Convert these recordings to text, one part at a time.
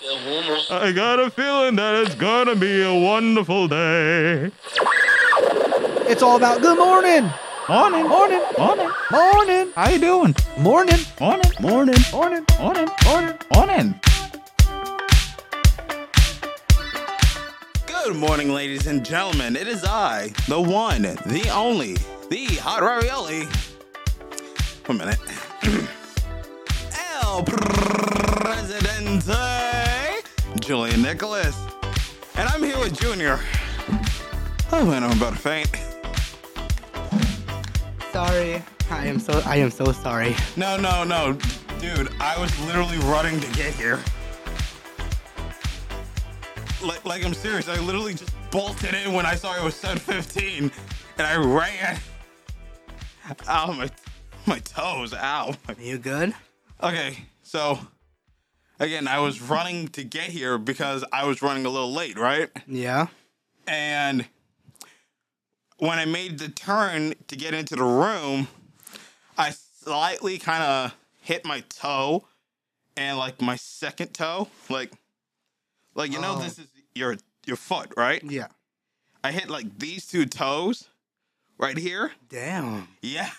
I got a feeling that it's gonna be a wonderful day. It's all about good morning, Morning, morning, morning. morning, How you doing? morning, Morning, morning, morning. morning, morning, morning. Good morning, ladies and gentlemen. It is I, the one, the only, the hot ravioli. One minute. El Presidente, Julian Nicholas. And I'm here with Junior. Oh, man, I'm about to faint. Sorry, I am so I am so sorry. No, no, no. Dude, I was literally running to get here. Like, like I'm serious. I literally just bolted in when I saw it was 715 and I ran. Ow, my, my toes. Ow. You good? Okay, so again, I was running to get here because I was running a little late, right? Yeah. And when I made the turn to get into the room, I slightly kind of hit my toe and like my second toe, like like you know Oh. this is your your foot, right? Yeah. I hit like these two toes right here. Damn. Yeah.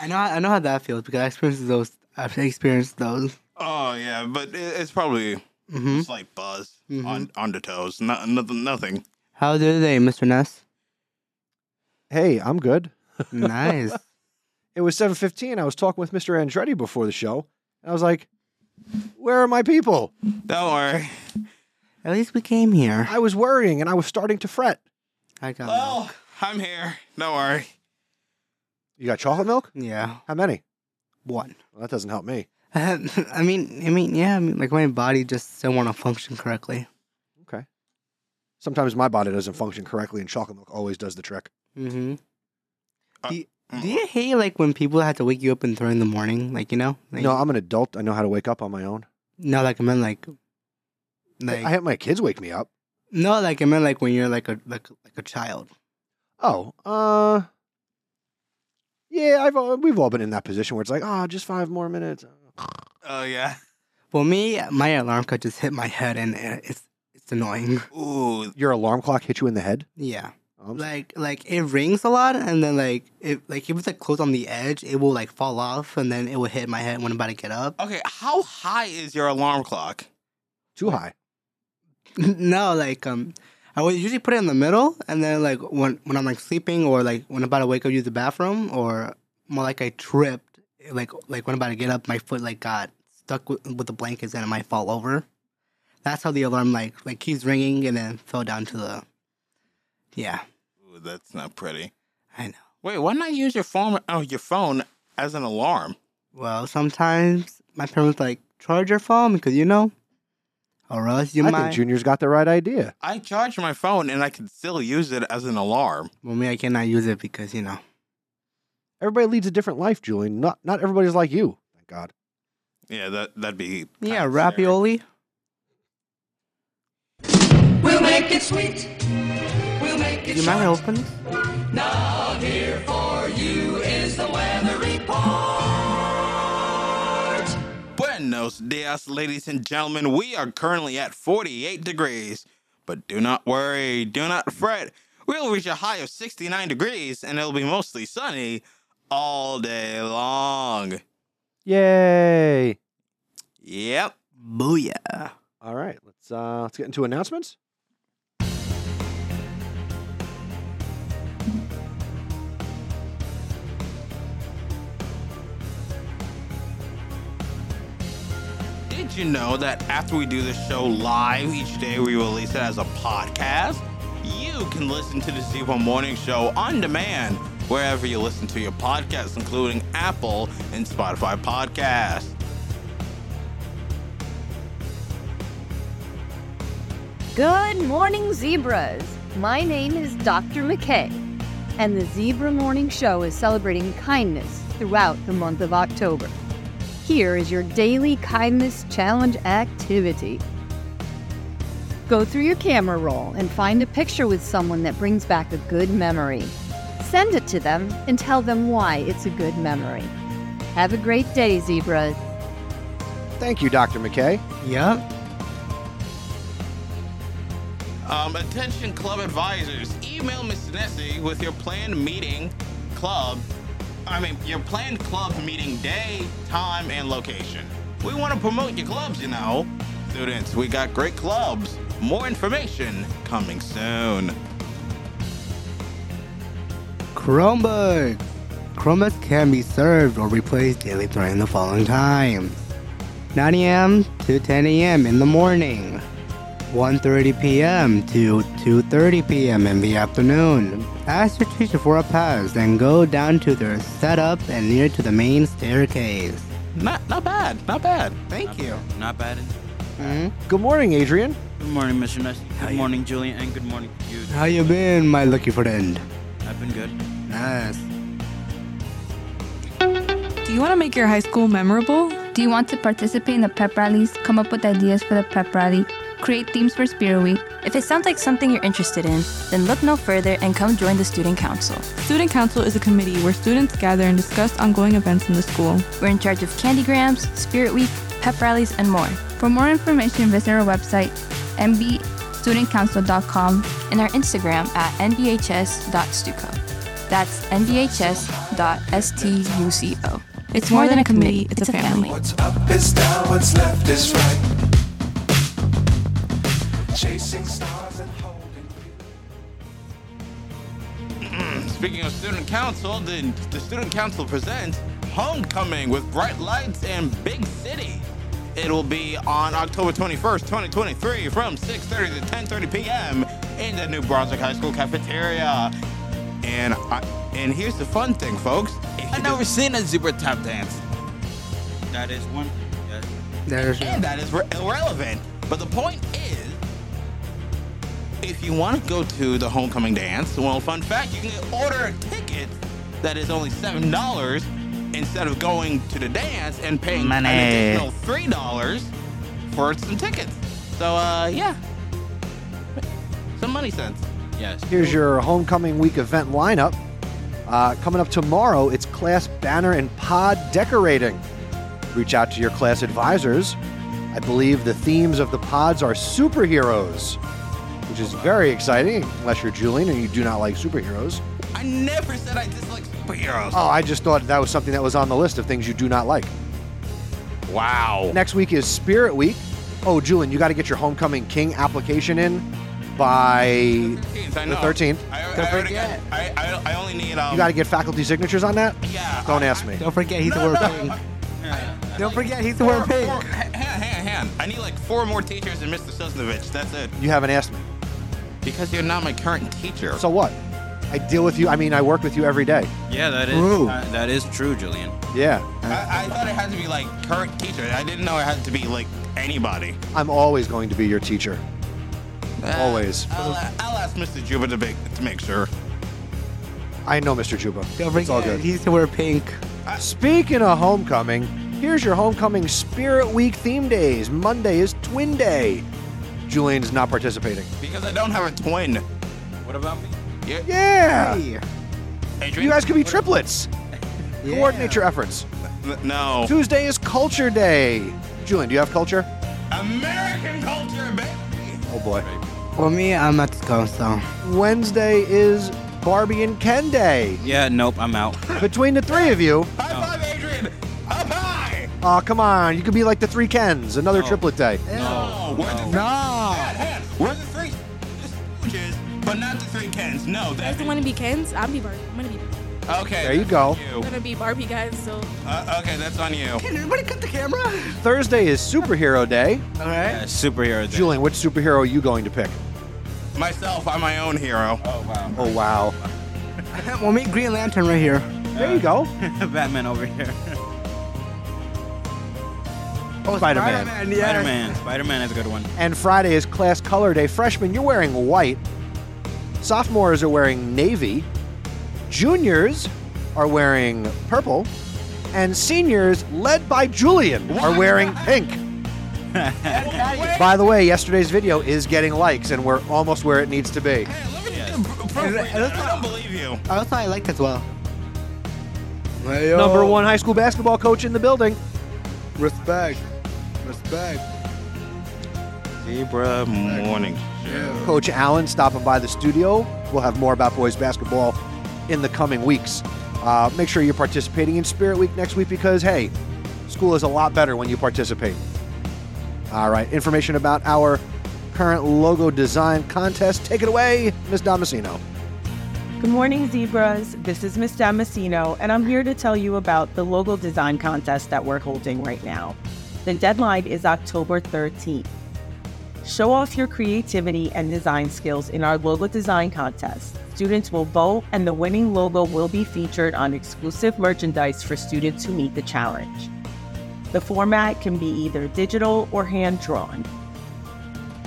I know I know how that feels because I experienced those. I've experienced those. Oh yeah, but it, it's probably Mm-hmm. just like buzz Mhm. on on the toes. Not, nothing nothing. How was your day, Mr. Ness? Hey, I'm good. Nice. It was 7:15. I was talking with Mr. Andretti before the show, and I was like, "Where are my people?" Don't worry. At least we came here. I was worrying and I was starting to fret. I got. Well, I'm here. Don't worry. You got chocolate milk? milk. Yeah. How many? One. Well, that doesn't help me. I mean, I mean, yeah. I mean, like my body just still want to function correctly. Okay. Sometimes my body doesn't function correctly and chocolate milk always does the trick. Mm-hmm. Uh, do, you, do you hate like when people have to wake you up and throw in the morning? Like you know, like, No, I'm an adult. I know how to wake up on my own. no, like I meant like, like I have my kids wake me up. no, like I meant like when you're like a like like a child. Oh, uh Yeah, I've all, we've all been in that position where it's like, "Ah, just 5 more minutes." Oh yeah. For me, my alarm clock just hit my head and it- it's it's annoying. Oooo. Your alarm clock hit you in the head? Yeah, Oh, I'm s- like like it rings a lot, and then like if like if it's like close on the edge, it will like fall off, and then it will hit my head when I'm about to get up. Okay, how high is your alarm clock? too high. no, like um, I would usually put it in the middle, and then like when when I'm like sleeping or like when I'm about to wake up, use the bathroom, or more like I tripped, like like when I'm about to get up, my foot like got stuck with, with the blankets and it might fall over. That's how the alarm like like keeps ringing and then fell down to the. Yeah, Ooh, that's not pretty. I know. Wait, why not use your phone? Oh, your phone as an alarm. Well, sometimes my parents like charge your phone because you know, or else you I might. think Junior's got the right idea. I charge my phone and I can still use it as an alarm. well, me, I cannot use it because you know. Everybody leads a different life, Julian. Not not everybody's like you. Thank God. Yeah, that that'd be kinda Yeah, scary. ravioli. We'll make it sweet. We'll make Do it you mind short. opening? Now here for you is the weather report. Buenos dias, ladies and gentlemen. We are currently at 48 degrees, but do not worry, do not fret. We'll reach a high of 69 degrees, and it'll be mostly sunny all day long. Yay. Yep. Booyah. All right, let's uh, let's get into announcements. Did you know that after we do this show live each day, we release it as a podcast? You can listen to the Z1 Morning Show on demand wherever you listen to your podcasts, including Apple and Spotify podcasts. Good morning, zebras. My name is Dr. McKay, and the Zebra Morning Show is celebrating kindness throughout the month of October. Here is your daily kindness challenge activity. Go through your camera roll and find a picture with someone that brings back a good memory. Send it to them and tell them why it's a good memory. Have a great day, zebras. Thank you, Dr. McKay. Yep. Um, attention club advisors, email Miss Nessie with your planned meeting club. I mean, your planned club meeting day, time, and location. We want to promote your clubs, you know. Students, we got great clubs. More information coming soon. Chromebook. Chromebooks can be served or replaced daily during the following times: 9 a.m. to 10 a.m. in the morning, 1:30 p.m. to 2:30 p.m. in the afternoon. Ask your teacher for a pass, then go down to their setup and near to the main staircase. Not, not bad, not bad. Thank you. Not bad. Mhm. Good morning, Adrian. Good morning, Mr. Nessie. Good morning, Julian, and good morning to you. How you been, my lucky friend? I've been good. Nice. Do you want to make your high school memorable? Do you want to participate in the pep rallies, come up with ideas for the pep rally, create themes for Spirit Week? If it sounds like something you're interested in, then look no further and come join the Student Council. Student Council is a committee where students gather and discuss ongoing events in the school. We're in charge of Candygrams, Spirit Week, pep rallies, and more. For more information, visit our website, mbstudentcouncil.com. And our Instagram at nbhs.stuco. That's nbhs.stuco. It's more than a committee, it's a family. What's up is down, what's left is right. Chasing stars and holding. Speaking of student council, the, the student council presents Homecoming with bright lights and big city. It will be on October 21st, 2023, from 6:30 to 10:30 p.m. in the New Brunswick High School cafeteria. And I, and here's the fun thing, folks. I've never seen a zebra tap dance. That is one. Yes. There's And that is re- irrelevant. But the point is, if you want to go to the homecoming dance, well, fun fact, you can order a ticket that is only seven dollars instead of going to the dance and paying Money. an additional three dollars for some tickets. So, uh, yeah, some money sense. Yes. Here's your homecoming week event lineup. Uh, coming up tomorrow, it's class banner and pod decorating. Reach out to your class advisors. I believe the themes of the pods are superheroes, which is very exciting, unless you're Julian and you do not like superheroes. I never said I dislike superheroes. Oh, I just thought that was something that was on the list of things you do not like. Wow. Next week is Spirit Week. Oh, Julian, you got to get your Homecoming King application in by. 13th, I The know. 13th. I, I, Don't already got, forget. I, I, I only need um. You got to get faculty signatures on that? Yeah. Don't I- ask me. Don't forget he's No, wearing no, pink. I- Don't forget he's Four, wearing four, pink. hand, hand, hand. I need like four more teachers and Mr. Sosnovich. That's it. You haven't asked me. Because you're not my current teacher. So what? I deal with you. I mean, I work with you every day. Yeah, that is. True. Uh, that is true, Julian. Yeah. I, I thought it had to be like current teacher. I didn't know it had to be like anybody. I'm always going to be your teacher. Uh, Always. I'll, uh, I'll ask Mr. Juba to make, to make sure. I know, Mr. Juba. Don't It's all forget good. he's wearing pink. Speaking of homecoming, here's your homecoming Spirit Week theme days. Monday is Twin Day. Julian's not participating. Because I don't have a twin. What about me? You're, Yeah. Hey. Adrian, You guys could be triplets. Coordinate your efforts. N- No. Tuesday is Culture Day. Julian, do you have culture? American culture, baby. Oh boy. For me, I'm at school, so Wednesday is Barbie and Ken Day. Yeah. Nope. I'm out. Between the three of you, High five, Adrian. Up high. oh come on, you could be like the three Kens. Another No. triplet day. No. We're the three. Hand, hand. We're the three. The Stooges, but not the three Kens. No. You guys That, don't want to be Kens? I'm be Barbie. I'm gonna be okay. There you go. You. I'm gonna be Barbie guys. So Uh, okay, that's on you. Can everybody cut the camera? Thursday is Superhero Day. All Yeah, right. superhero. Day. Julian, which superhero are you going to pick? Myself, I'm my own hero. Oh wow. Oh wow. We'll meet Green Lantern right here. There you go. Batman over here. Oh, Spider-Man. yes. Spider-Man. Spider-Man is a good one. And Friday is Class Color Day. Freshmen, you're wearing white. Sophomores are wearing navy. Juniors are wearing purple. And seniors, led by Julian, are wearing pink. By the way, yesterday's video is getting likes, and we're almost where it needs to be. Hey, let me do appropriate. Is it- I don't believe you. I also I liked as well. Number one high school basketball coach in the building. Respect. Respect. Zebra morning show. Coach Allen stopping by the studio. We'll have more about boys basketball in the coming weeks. Uh, make sure you're participating in Spirit Week next week because, hey, school is a lot better when you participate. All right, information about our current logo design contest. Take it away, Ms. Damasino. Good morning, zebras. This is Miss Damasino, and I'm here to tell you about the logo design contest that we're holding right now. The deadline is October 13th. Show off your creativity and design skills in our logo design contest. Students will vote, and the winning logo will be featured on exclusive merchandise for students who meet the challenge. The format can be either digital or hand drawn.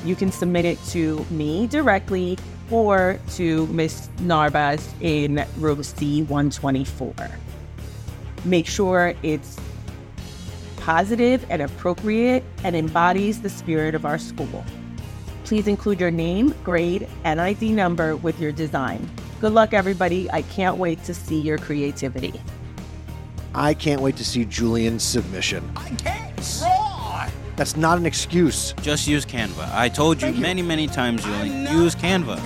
You can submit it to me directly or to Miss Narvas in room C124. Make sure it's positive and appropriate and embodies the spirit of our school. Please include your name, grade, and ID number with your design. Good luck, everybody. I can't wait to see your creativity. I can't wait to see Julian's submission. That's not an excuse. Just use Canva. I told you many, many times, Julian. Use Canva.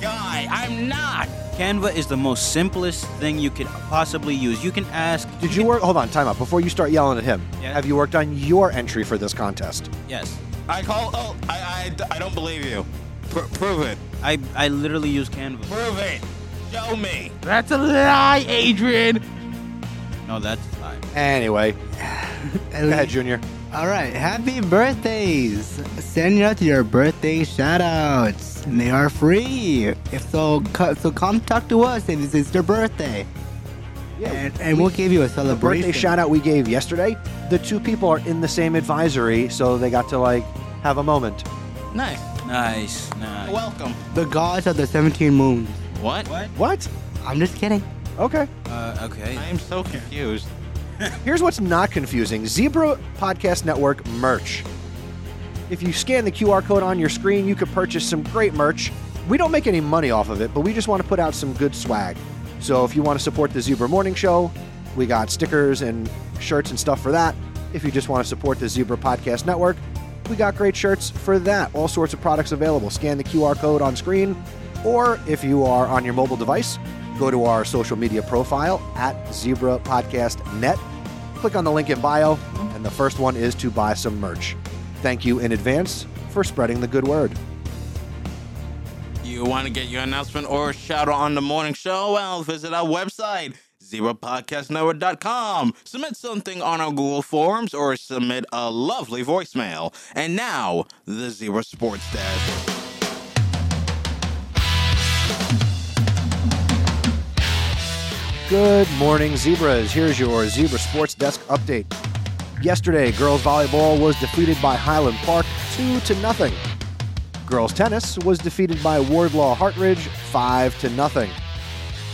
Guy, I'm not. Canva is the most simplest thing you could possibly use. You can ask. Did you work? Hold on, time out. Before you start yelling at him, Yeah. have you worked on your entry for this contest? Yes. I call. Oh, I, I, I don't believe you. Pr- prove it. I, I literally use Canva. Prove it. Show me. That's a lie, Adrian. No, that's a lie. Anyway, go ahead, Junior. All right, happy birthdays! Sending out your birthday shout outs. And they are free. If so, co- so come talk to us if it's your birthday. and, and we'll give you a The celebration. birthday shout out we gave yesterday, the two people are in the same advisory, so they got to like have a moment. Nice. Nice, nice. Welcome. The gods of the 17 moons. What? What? What? I'm just kidding. Okay. Uh, okay. I am so confused. Here's what's not confusing Zebra Podcast Network merch. If you scan the QR code on your screen, you can purchase some great merch. We don't make any money off of it, but we just want to put out some good swag. So if you want to support the Zebra Morning Show, we got stickers and shirts and stuff for that. If you just want to support the Zebra Podcast Network, we got great shirts for that. All sorts of products available. Scan the QR code on screen, or if you are on your mobile device, go to our social media profile at Zebra Podcast Net click on the link in bio, and the first one is to buy some merch. Thank you in advance for spreading the good word. You want to get your announcement or shout out on the morning show? Well, visit our website, zebrapodcastnetwork.com. Submit something on our Google Forms or submit a lovely voicemail. And now, the Zebra Sports Desk. Good morning, Zebras. Here's your Zebra Sports Desk update. Yesterday, girls volleyball was defeated by Highland Park 2 to nothing. Girls tennis was defeated by Wardlaw Hartridge 5 to nothing.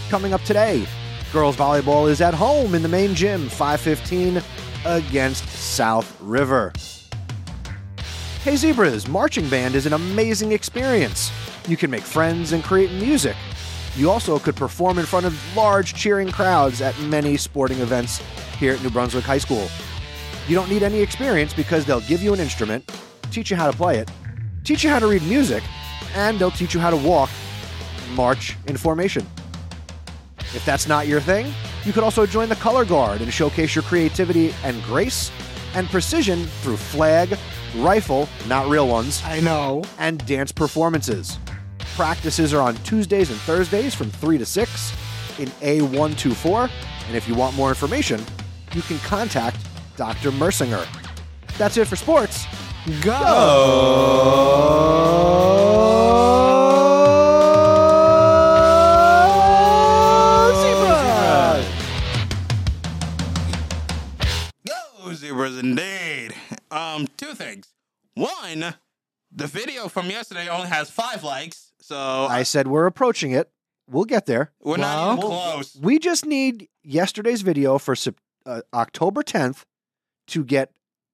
Coming up today, girls volleyball is at home in the main gym 515 against South River. Hey Zebras, marching band is an amazing experience. You can make friends and create music. You also could perform in front of large cheering crowds at many sporting events here at New Brunswick High School. You don't need any experience because they'll give you an instrument, teach you how to play it, teach you how to read music, and they'll teach you how to walk, march in formation. If that's not your thing, you could also join the Color Guard and showcase your creativity and grace and precision through flag, rifle, not real ones, I know. and dance performances. Practices are on Tuesdays and Thursdays from 3 to 6 in A124. And if you want more information, you can contact Dr. Mersinger. That's it for sports. Go! Zebras! Go, Zebras, indeed. Um, two things. One, the video from yesterday only has five likes, so I said we're approaching it. We'll get there. we're not even close. We just need yesterday's video for Sep- uh, October 10th to get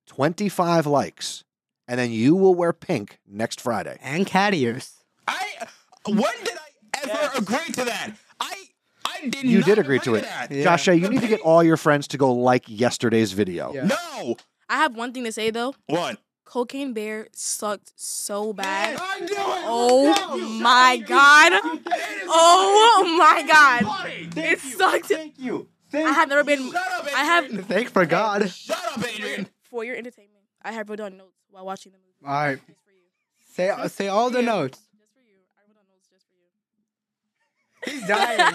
25 likes. And then you will wear pink next Friday. And cat ears. I when did I ever agree to that? I I did You not did agree to it. that. Yeah. Josh, you need to get all your friends to go like yesterday's video. Yeah. No, I have one thing to say though. What? Cocaine Bear sucked so bad. I knew it. Oh my god. Oh my god. It sucked. Thank you. I have never been. I have Thank for God. for your entertainment. I have wrote down notes while watching the movie. All right. Say uh, say all the notes. He's dying. Hey,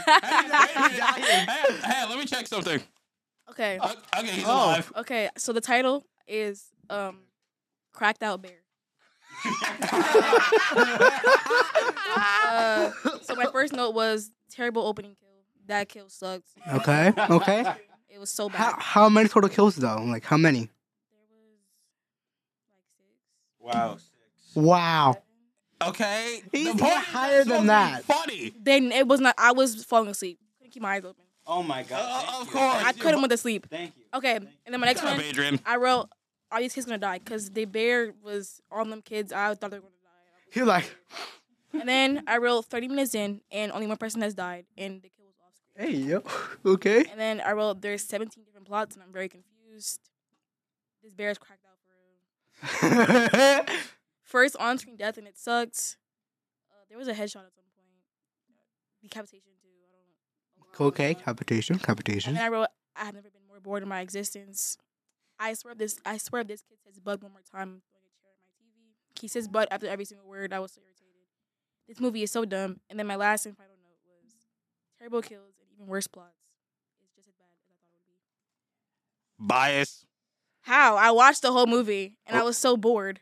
hey, let me check something. Uh, Okay. okay, he's Oh. alive. Okay, so the title is um, Cracked Out Bear. uh, so my first note was terrible opening kill. That kill sucked. Okay, okay. It was so bad. How, how many total kills though? Like how many? Wow. Wow. Okay. He's point hit higher than that. Funny. Then it was not. I was falling asleep. Couldn't keep my eyes open. Oh my Uh, god. Uh, of course. I couldn't went to sleep. Thank you. Okay, and then my next Shut up, one, Adrian. I wrote, "Are these kids gonna die?" Because the bear was on them kids. I thought they were gonna He like die. And then I wrote 30 minutes in, and only one person has died, and the kid was off screen. hey yo okay. And then I wrote, "There's 17 different plots, and I'm very confused." This bear is cracked out for real. First on-screen death, and it sucked. Uh, there was a headshot at some point. Decapitation. Okay, capitation, And capitation. then I wrote, I have never been more bored in my existence. I swear if this I swear if this kid says bud one more time, I'm throwing a chair at my TV. He says bud after every single word. I was so irritated. This movie is so dumb. And then my last and final note was terrible kills and even worse plots. Bias. How? I watched the whole movie and Oh. I was so bored.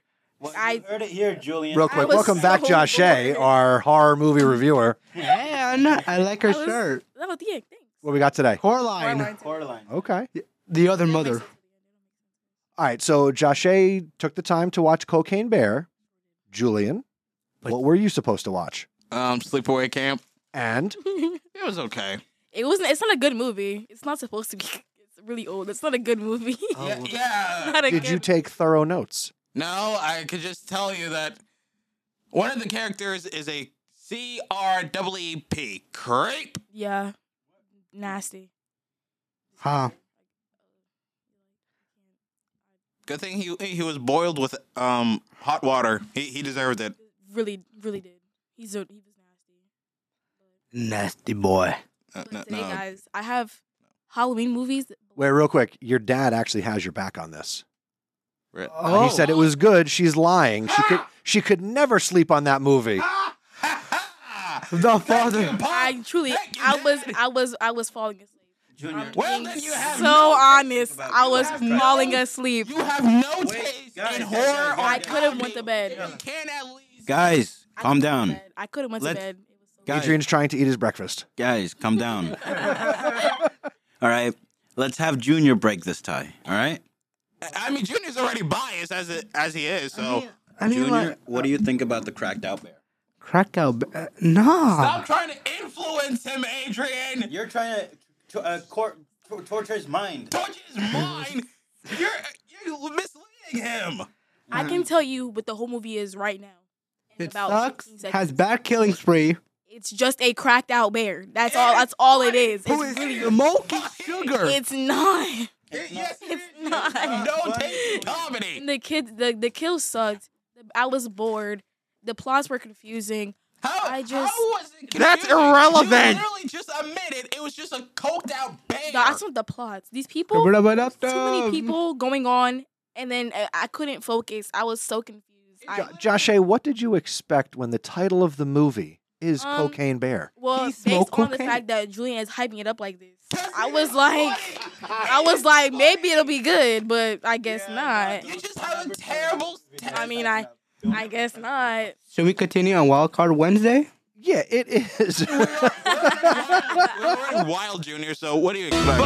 I heard it here, Julian. Real quick, was welcome back, so Josh Shea, our horror movie reviewer. And I like her shirt. Level the What we got today? Coraline. Coraline. Okay. The other mother. All right. So Josh Shea took the time to watch Cocaine Bear. Julian, what were you supposed to watch? Um, sleepaway camp. And It was okay. It wasn't it's not a good movie. It's not supposed to be it's really old. It's not a good movie. yeah, yeah. Not a Oh, did good you take thorough notes? No, I could just tell you that one of the characters is a C R W E P creep. Yeah. Nasty. Huh. Good thing he he was boiled with um hot water. He he deserved it. Really, really did. He's a he was Nasty boy. Uh, no, Hey guys, I have Halloween movies. Wait, real quick. Your dad actually has your back on this. Uh, Oh. Uh, He said it was good. She's lying. She could. She could never sleep on that movie. The father. I truly, I was, I was, I was falling asleep. Junior. Well, then you have so honest. I was no- falling asleep. You have no taste in horror. I could have went to bed. Guys, calm down. I could have went to Let's- bed. Guys, Adrian's trying to eat his breakfast. guys, calm down. all right, let's have Junior break this tie. All right. I mean, Junior's already biased as it, as he is. So I mean, Junior, like, what do you think about the cracked out bear? crack out. Uh, nah. I'm trying to influence him, Adrian. You're trying to, to uh, court, to- torture his mind. Torture his mind. you're you're misleading him. I can tell you what the whole movie is right now. In It about sucks. 15 seconds. Has bad killing spree. it's just a cracked out bear. That's all. That's all it is. Who It's is really, smoking sugar? it's not. Yes, It's not. no taste in comedy. And the kids, the the kill sucked. I was bored. The plots were confusing. How? I just. That's irrelevant. You literally just admitted it was just a coked out bear. No, I just want the plots. These people, too many Too people going on, and then uh, I, I couldn't focus. I was so confused. I, Josh Shea, what did you expect when the title of the movie is Um, Cocaine Bear? well, based on smoked the cocaine? fact that Julian is hyping it up like this, I was like, I was like, maybe it'll be good, but I guess not. You just have a terrible. I mean, I, I guess not. Should we continue on Wild Card Wednesday? Yeah, it is. We're in Wild Junior, so what do you expect?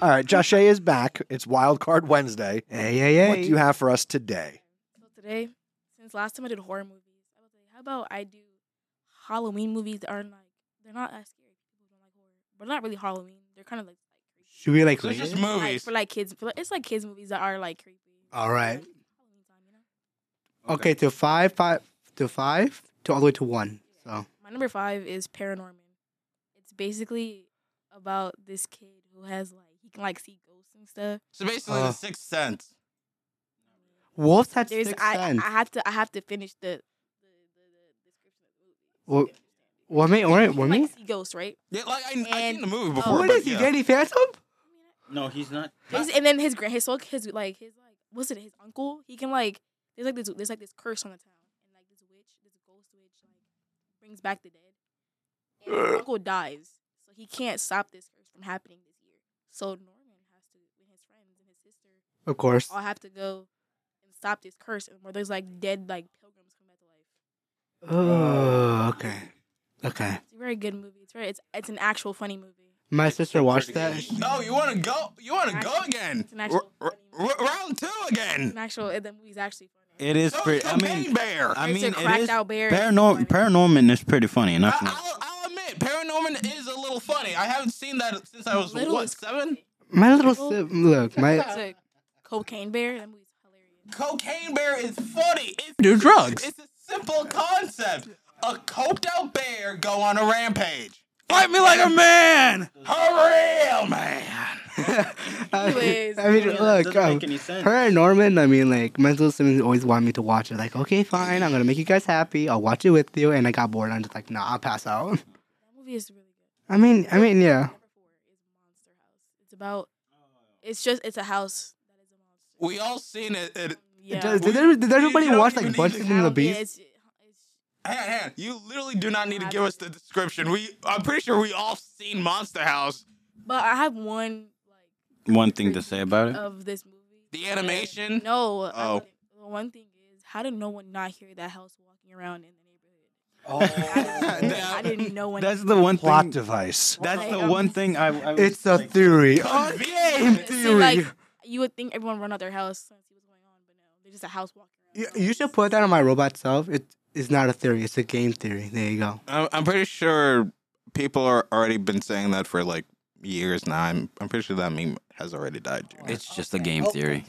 All right, Josh Shea is back. It's Wild Card Wednesday. Hey, hey, hey. What do you have for us today? Today, since last time I did horror movies, I was like, how about I do Halloween movies that aren't like they're not as scary. People don't like horror, but not really Halloween. They're kind of like Should we like So it's leave? just movies. for like kids. For like, it's like kids movies that are like creepy. All right. Okay, to five, five to five, to all the way to one. So My number five is Paranorman. It's basically about this kid who has like he can like see ghosts and stuff. So basically, Uh. the sixth sense. what's that There's sixth I sense? I have to I have to finish the What? What me? What he what can, me? like see ghosts right. Yeah, like I, I've seen the movie what is he? Danny Phantom? No, he's not. His, and then his grand, his soul, his like, his like, was it his uncle? He can like, there's like this, there's like this curse on the town, and like this witch, this ghost witch, like brings back the dead. And his uncle dies, so he can't stop this curse from happening this year. So Norman has to, and his friends and his sister, Of course. all have to go and stop this curse, and where there's like dead like pilgrims come back to life. Oh, okay, okay. It's a very good movie. It's very, it's, it's an actual funny movie. My sister watched that. Oh, you want to go? You want to go again? It's an actual, round two again. an actual. The movie's actually funny. It is So pretty. it's I a mean, pain bear. I It's mean, a it cracked is. out bear. Paranorm- Paranorman is pretty funny. Enough. I'll admit, Paranorman is a little funny. I haven't seen that since I was Little what is seven. My little si- look, It's my a cocaine bear. That movie's Cocaine bear is funny. It's Do drugs. It's a simple concept. A coked out bear go on a rampage. Fight me like a man. A real man. I mean, Anyways, I mean yeah, uh, look, doesn't um, make any sense. her and Norman. I mean, like, my little siblings always want me to watch it. Like, okay, fine, I'm gonna make you guys happy. I'll watch it with you. And I got bored. I'm just like, nah, I'll pass out. That movie is really. I mean, I mean, yeah. It's about. It's just. It's a house. We all seen it. it Yeah. Does, did, every- did everybody watch like Bunches and the Yeah, Beast? it's, Hang on, hang on. You literally do not need to give us the description. We, I'm pretty sure we all seen Monster House. but I have one One thing to say about it. of this movie. The animation. No. I Oh. wouldn't. The one thing is, how did no one not hear that house walking around in the neighborhood? I didn't know when. That's the one plot thing, device. That's Right. the one thing I. I was It's a theory. Oh, game See, like you would think everyone run out their house and see what's going on, but no, they're just a house walking. You, you should put that on my robot self. It is not a theory. It's a game theory. There you go. I'm, I'm pretty sure people are already been saying that for like years now. I'm, I'm pretty sure that meme has already died. It's just a game theory.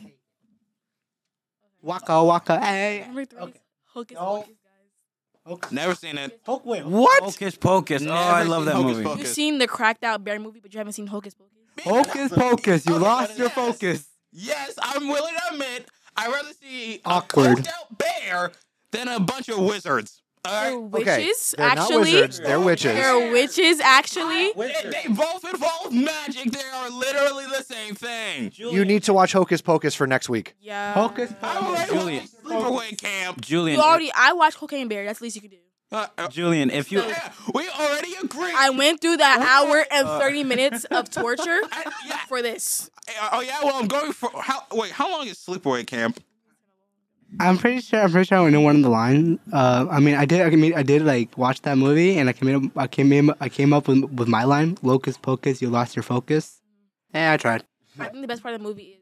Waka waka. eh. Hey. Number three, is Hocus Pocus. Never seen it. Oh. What? Hocus Pocus. Oh, I Never love seen that Hocus movie. Pocus. You've seen the cracked out bear movie, but you haven't seen Hocus Pocus. Hocus pocus. You lost your focus. Yes, I'm willing to admit I'd rather see Awkward. a coked out bear than a bunch of wizards. All Oh, right? Okay, Witches, they're not actually. wizards, they're witches. They're witches, actually. They, they both involve magic. They are literally the same thing. You need to watch Hocus Pocus for next week. Yeah. Hocus Pocus. Julian. Sleepaway camp. Uh, Julian. You already. I watched Cocaine Bear. That's the least you could do. if- Julian, if you. We already agreed. I went through that hour and thirty minutes of torture for this. Oh yeah, well I'm going for how wait, how long is sleepaway camp? I'm pretty sure. I'm pretty sure I only know one of the line. Uh, I mean, I did. I mean, I did like watch that movie, and I came. Up, I came. In, I came up with with my line. Locus pocus. You lost your focus. Eh, I tried. I think the best part of the movie is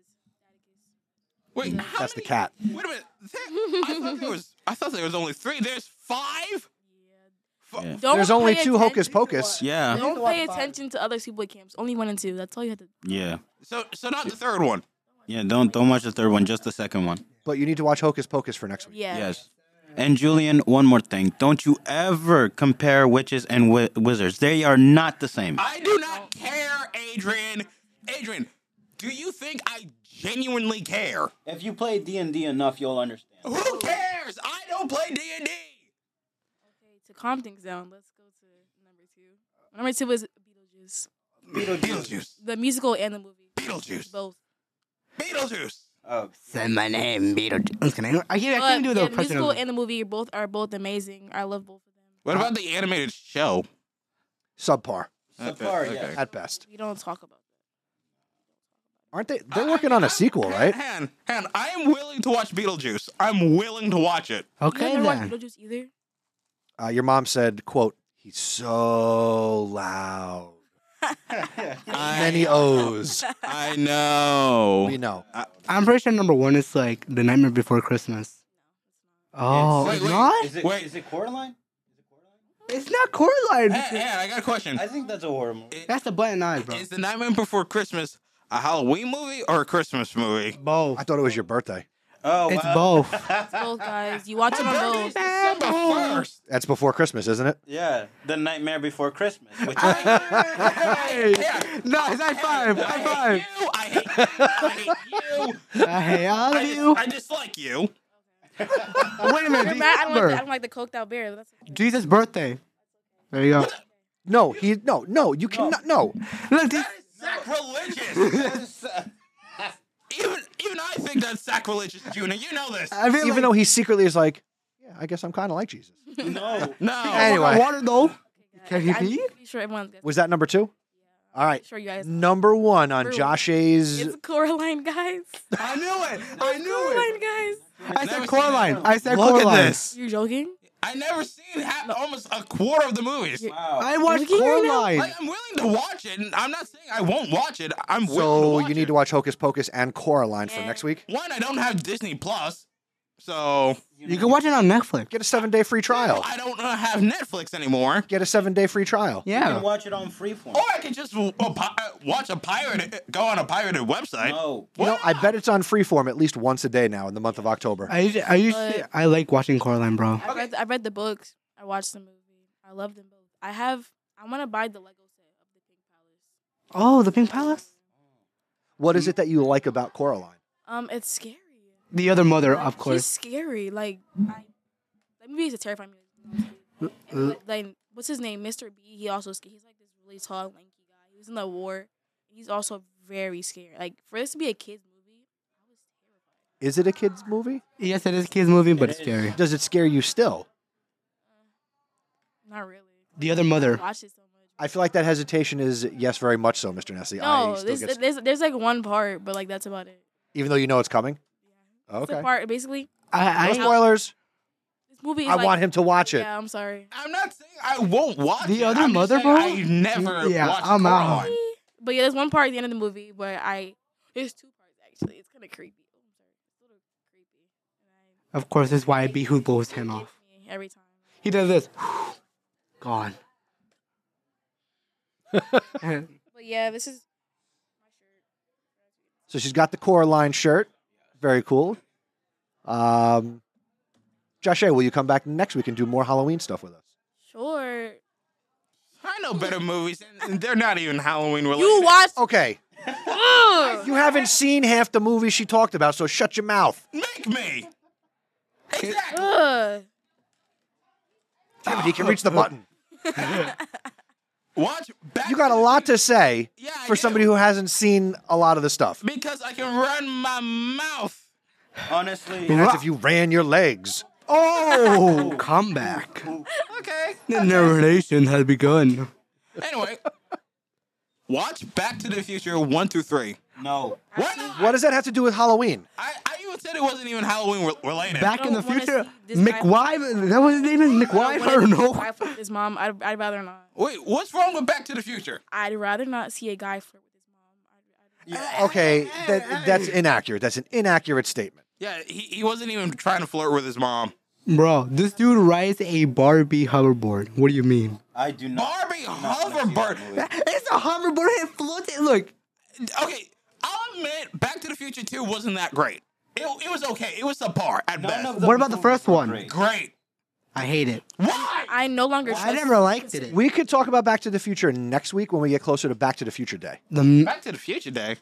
Wait, how Mm, That's the cat. Wait a minute. There, I, thought there was, I thought there was only three. There's five? don't. There's only pay two attention- Hocus Pocus. Yeah. Don't pay attention to other sleepaway camps. Only one and two. That's all you have to. Yeah. So so not the third one. Yeah. Don't don't watch the third one. Just the second one. But you need to watch Hocus Pocus for next week. Yeah. Yes. And Julian, one more thing. Don't you ever compare witches and wi- wizards. They are not the same. I do not care, Adrian. Adrian, do you think I genuinely care? If you play D and D enough, you'll understand. Who cares? I don't play D and D. To calm things down, let's go to number two. Number two was Beetlejuice, Beetlejuice. the musical and the movie. Beetlejuice. Both. Beetlejuice. Oh. Say my name, Beetlejuice. Can I? I can't, I can't do But, the yeah, the musical person. and the movie both are both amazing. I love both. of them. What about the animated show? Subpar. Subpar, yeah. At best. We don't talk about. Aren't they? They're working on a sequel, right? Han, Han, I am willing to watch Beetlejuice. I'm willing to watch it. You never watched Beetlejuice either. Uh, your mom said, "quote He's so loud." Many O's. I know. We know. I'm pretty sure number one is like the Nightmare Before Christmas. Oh, it's, not. Is it, Wait. is it Coraline? It's not Coraline. Han, Han, I got a question. I think that's a horror movie. That's the button eyes, bro. Is the Nightmare Before Christmas a Halloween movie or a Christmas movie? Bo. I thought it was your birthday. Oh, It's wow. both. It's both guys. You watch them on both. first. That's before Christmas, isn't it? Yeah, the Nightmare Before Christmas. Which No, it's high five. High five. I hate all of you. I dislike you. Wait a minute. You're mad. I don't, like the, I don't December. like the coked out bear. That's Jesus' birthday. There you go. No, he no no. You cannot no. Look, this, Sacrilegious. even even I think that's sacrilegious, Juna. You know this. I feel Even like- though he secretly is like, yeah, I guess I'm kind of like Jesus. no, no. Anyway. water though. Can he I'm be? pretty sure everyone gets Was that number two? All right. Sure, you guys- Number one on Number Josh It's A's. Coraline, guys. I knew it. I knew Coraline, guys. I said Coraline. I said Look at Coraline. this. You joking? I never seen half, almost a quarter of the movies. I watched Coraline. Like, I'm willing to watch it. and I'm not saying I won't watch it. I'm willing to So watch you need to watch Hocus Pocus and Coraline for next week. it. One, I don't have Disney Plus, so You can watch it on Netflix. Get a seven day free trial. I don't uh, have Netflix anymore. Get a seven day free trial. You Yeah. can watch it on Freeform. Or I could just w- a pi- uh, watch a pirate go on a pirated website. No. You know, I bet it's on Freeform at least once a day now in the month of October. I usually, I usually I like watching Coraline, bro. I read I read the books. I watched the movie. I love them both. I have. I want to buy the Lego set of the Pink Palace. Oh, the Pink Palace. What is it that you like about Coraline? Um, it's scary. The other mother, of She's course. scary. Like, I, that movie is a terrifying movie. And, like, like, what's his name? Mr. B. He also sca- he's like this really tall, lanky guy. He was in the war. He's also very scary. Like for this to be a kids movie, Is it a kids movie? Yes, it is a kids movie, but it's scary. Does it scare you still? not really. The other mother. Watch it so much. I feel like that hesitation is yes, very much so, Mr. Nessie. I No, still there's, get, there's there's like one part, but like that's about it. even though you know it's coming. It's the Okay. part basically. I, No I spoilers. This movie. Is I like- want him to watch it. Yeah, I'm sorry. I'm not saying I won't watch it. the other I'm just mother, saying bro. I never Yeah, watched I'm out. Oh. Coraline. But yeah, there's one part at the end of the movie where I there's two parts actually. It's kind of creepy. Oh, I'm sorry. It's a little creepy. Of course, that's why Bihu blows him off. Yeah, Every time. He does this. Gone. I But yeah, this is So she's got the Coraline shirt. Very cool. Um, Josh, A, will you come back next week and do more Halloween stuff with us? sure. I know better movies, and and they're not even Halloween related. You watched. Okay. Ugh. You haven't seen half the movie she talked about, so shut your mouth. Make me. Ugh. Damn it, he can reach the button. Watch back. You got a lot to say Yeah, I for do. somebody who hasn't seen a lot of the stuff. Because I can run my mouth. Honestly, That's if you ran your legs. Oh! Comeback. Okay. The narration has begun. Anyway, watch Back to the Future 1 through 3. no. Why not? What does that have to do with Halloween? I, I even said it wasn't even Halloween re- related. Back in the don't wanna future, see this guy- McWive. That was his name, is McWive. I don't know. Guy flirt with his mom. I'd, I'd rather not. Wait, what's wrong with Back to the Future? I'd rather not see a guy flirt with his mom. Okay, that, that's inaccurate. That's an inaccurate statement. Yeah, he, he wasn't even trying to flirt with his mom. Bro, this dude rides a Barbie hoverboard. What do you mean? I do not. Barbie Hoverbird. It's a hoverboard. It floats. Look, Okay, I'll admit Back to the Future 2 wasn't that great. It, it was okay. It was subpar at best. What about the first one? Great. I hate it. Why? I, I no longer. I trust- never liked it. We could talk about Back to the Future next week when we get closer to Back to the Future Day. The Back to the Future Day.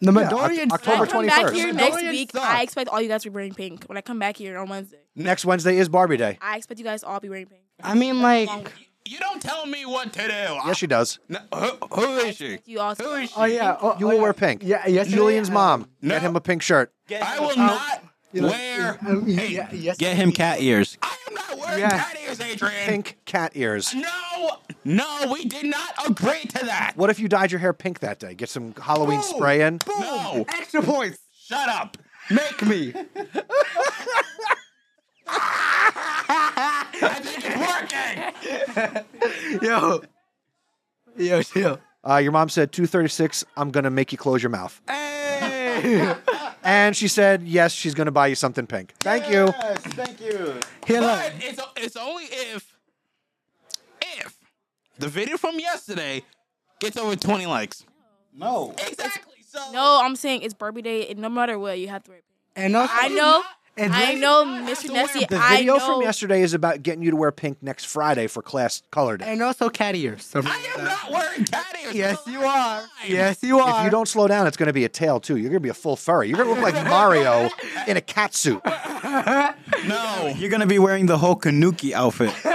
the Yeah, Midoriyan. Oc- When I October come back 21st. here next Don't week, suck. I expect all you guys to be wearing pink. When I come back here on Wednesday, Next Wednesday is Barbie Day. I expect you guys all be wearing pink. I mean, like, You don't tell me what to do. Yes, she does. No, who, who is she? You all. Who is she? oh yeah, oh, You oh, will yeah. wear pink. Yeah, yesterday, Julian's uh, mom. No. Get him a pink shirt. I will not wear. um, yeah, yes- Get him cat ears. I am not wearing Yeah. cat ears, Adrian. Pink cat ears. No, no, we did not agree to that. What if you dyed your hair pink that day? Get some Halloween Boom. spray in. No, Extra points. shut up. Make me. I think it's working. Yo. Yo, yo. Uh, your mom said 236. I'm gonna make you close your mouth. Hey. And she said yes. She's gonna buy you something pink. Thank you. Yes, thank you. Here, look. But it's it's only if if the video from yesterday gets over twenty likes. No. Exactly. So No, I'm saying it's Barbie Day, and no matter what, you have to wear pink. And also, I know. And I then- know, Mr. Nessie. The I video know. from yesterday is about getting you to wear pink next Friday for class color day. And also cat ears. I am not wearing cat ears. Yes, you are. Yes, you If are. you don't slow down, it's going to be a tail too. You're going to be a full furry. You're going to look like Mario in a cat suit. No, you're gonna be wearing the whole Kanuki outfit. I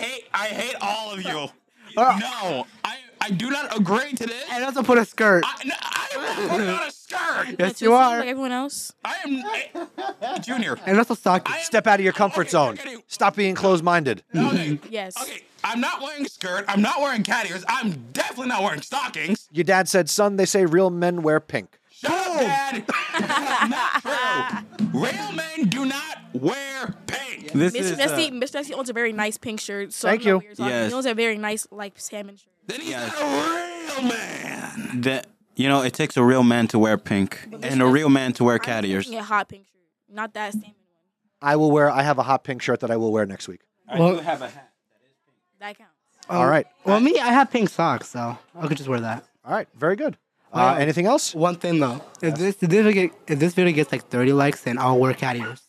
hate I hate all of you. no, I, I do not agree to this. Oh. And also put a skirt. I, no, I am not a skirt. Yes, you are. Like everyone else. I am I- junior. And also sock. Step out of your comfort zone. Stop being closed-minded. Yes. Okay, I'm not wearing a skirt. I'm not wearing cat ears. I'm definitely not wearing stockings. Your dad said, "Son, they say real men wear pink." Shut up, Dad. That is not true. Real men do not wear pink. Mr. Nessie, Mr. Nessie owns a very nice pink shirt. So uh, I Thank don't know you. what you're talking- Yes. He owns a very nice like salmon shirt. that you know, it takes a real man to wear pink and a real man to wear cat ears. Yeah, hot pink shirt. Not that salmon. I will wear. I have a hot pink shirt that I will wear next week. I Well- do have a hat. That counts. All right. Well, me, I have pink socks, so I could just wear that. All right. Very good. Uh, anything else? One thing though, if this if this, video, if this video gets like 30 likes, then I'll wear cat ears.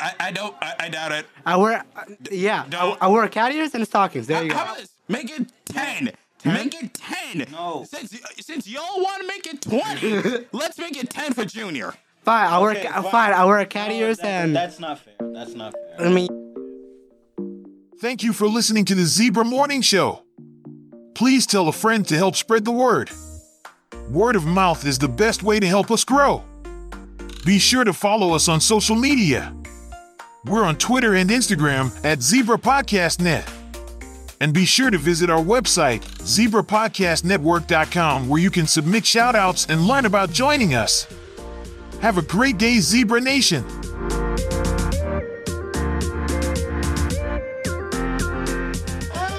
I, I don't. I, I doubt it. I wear, uh, yeah, I, I wear cat ears and stockings. There you go. How about this? Make it ten. Make it ten. No. Since since y'all want to make it twenty, let's make it ten for Junior. Fine, I wear Okay, ca- fine. fine, I wear cat No, ears that- and that's not fair. That's not fair. I mean, Thank you for listening to the Zebra Morning Show. Please tell a friend to help spread the word. Word of mouth is the best way to help us grow. Be sure to follow us on social media. We're on Twitter and Instagram at Zebra Podcast Net. And be sure to visit our website, zebrapodcastnetwork.com, where you can submit shout outs and learn about joining us. Have a great day, Zebra Nation.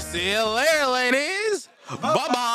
See you later, ladies. Bye bye.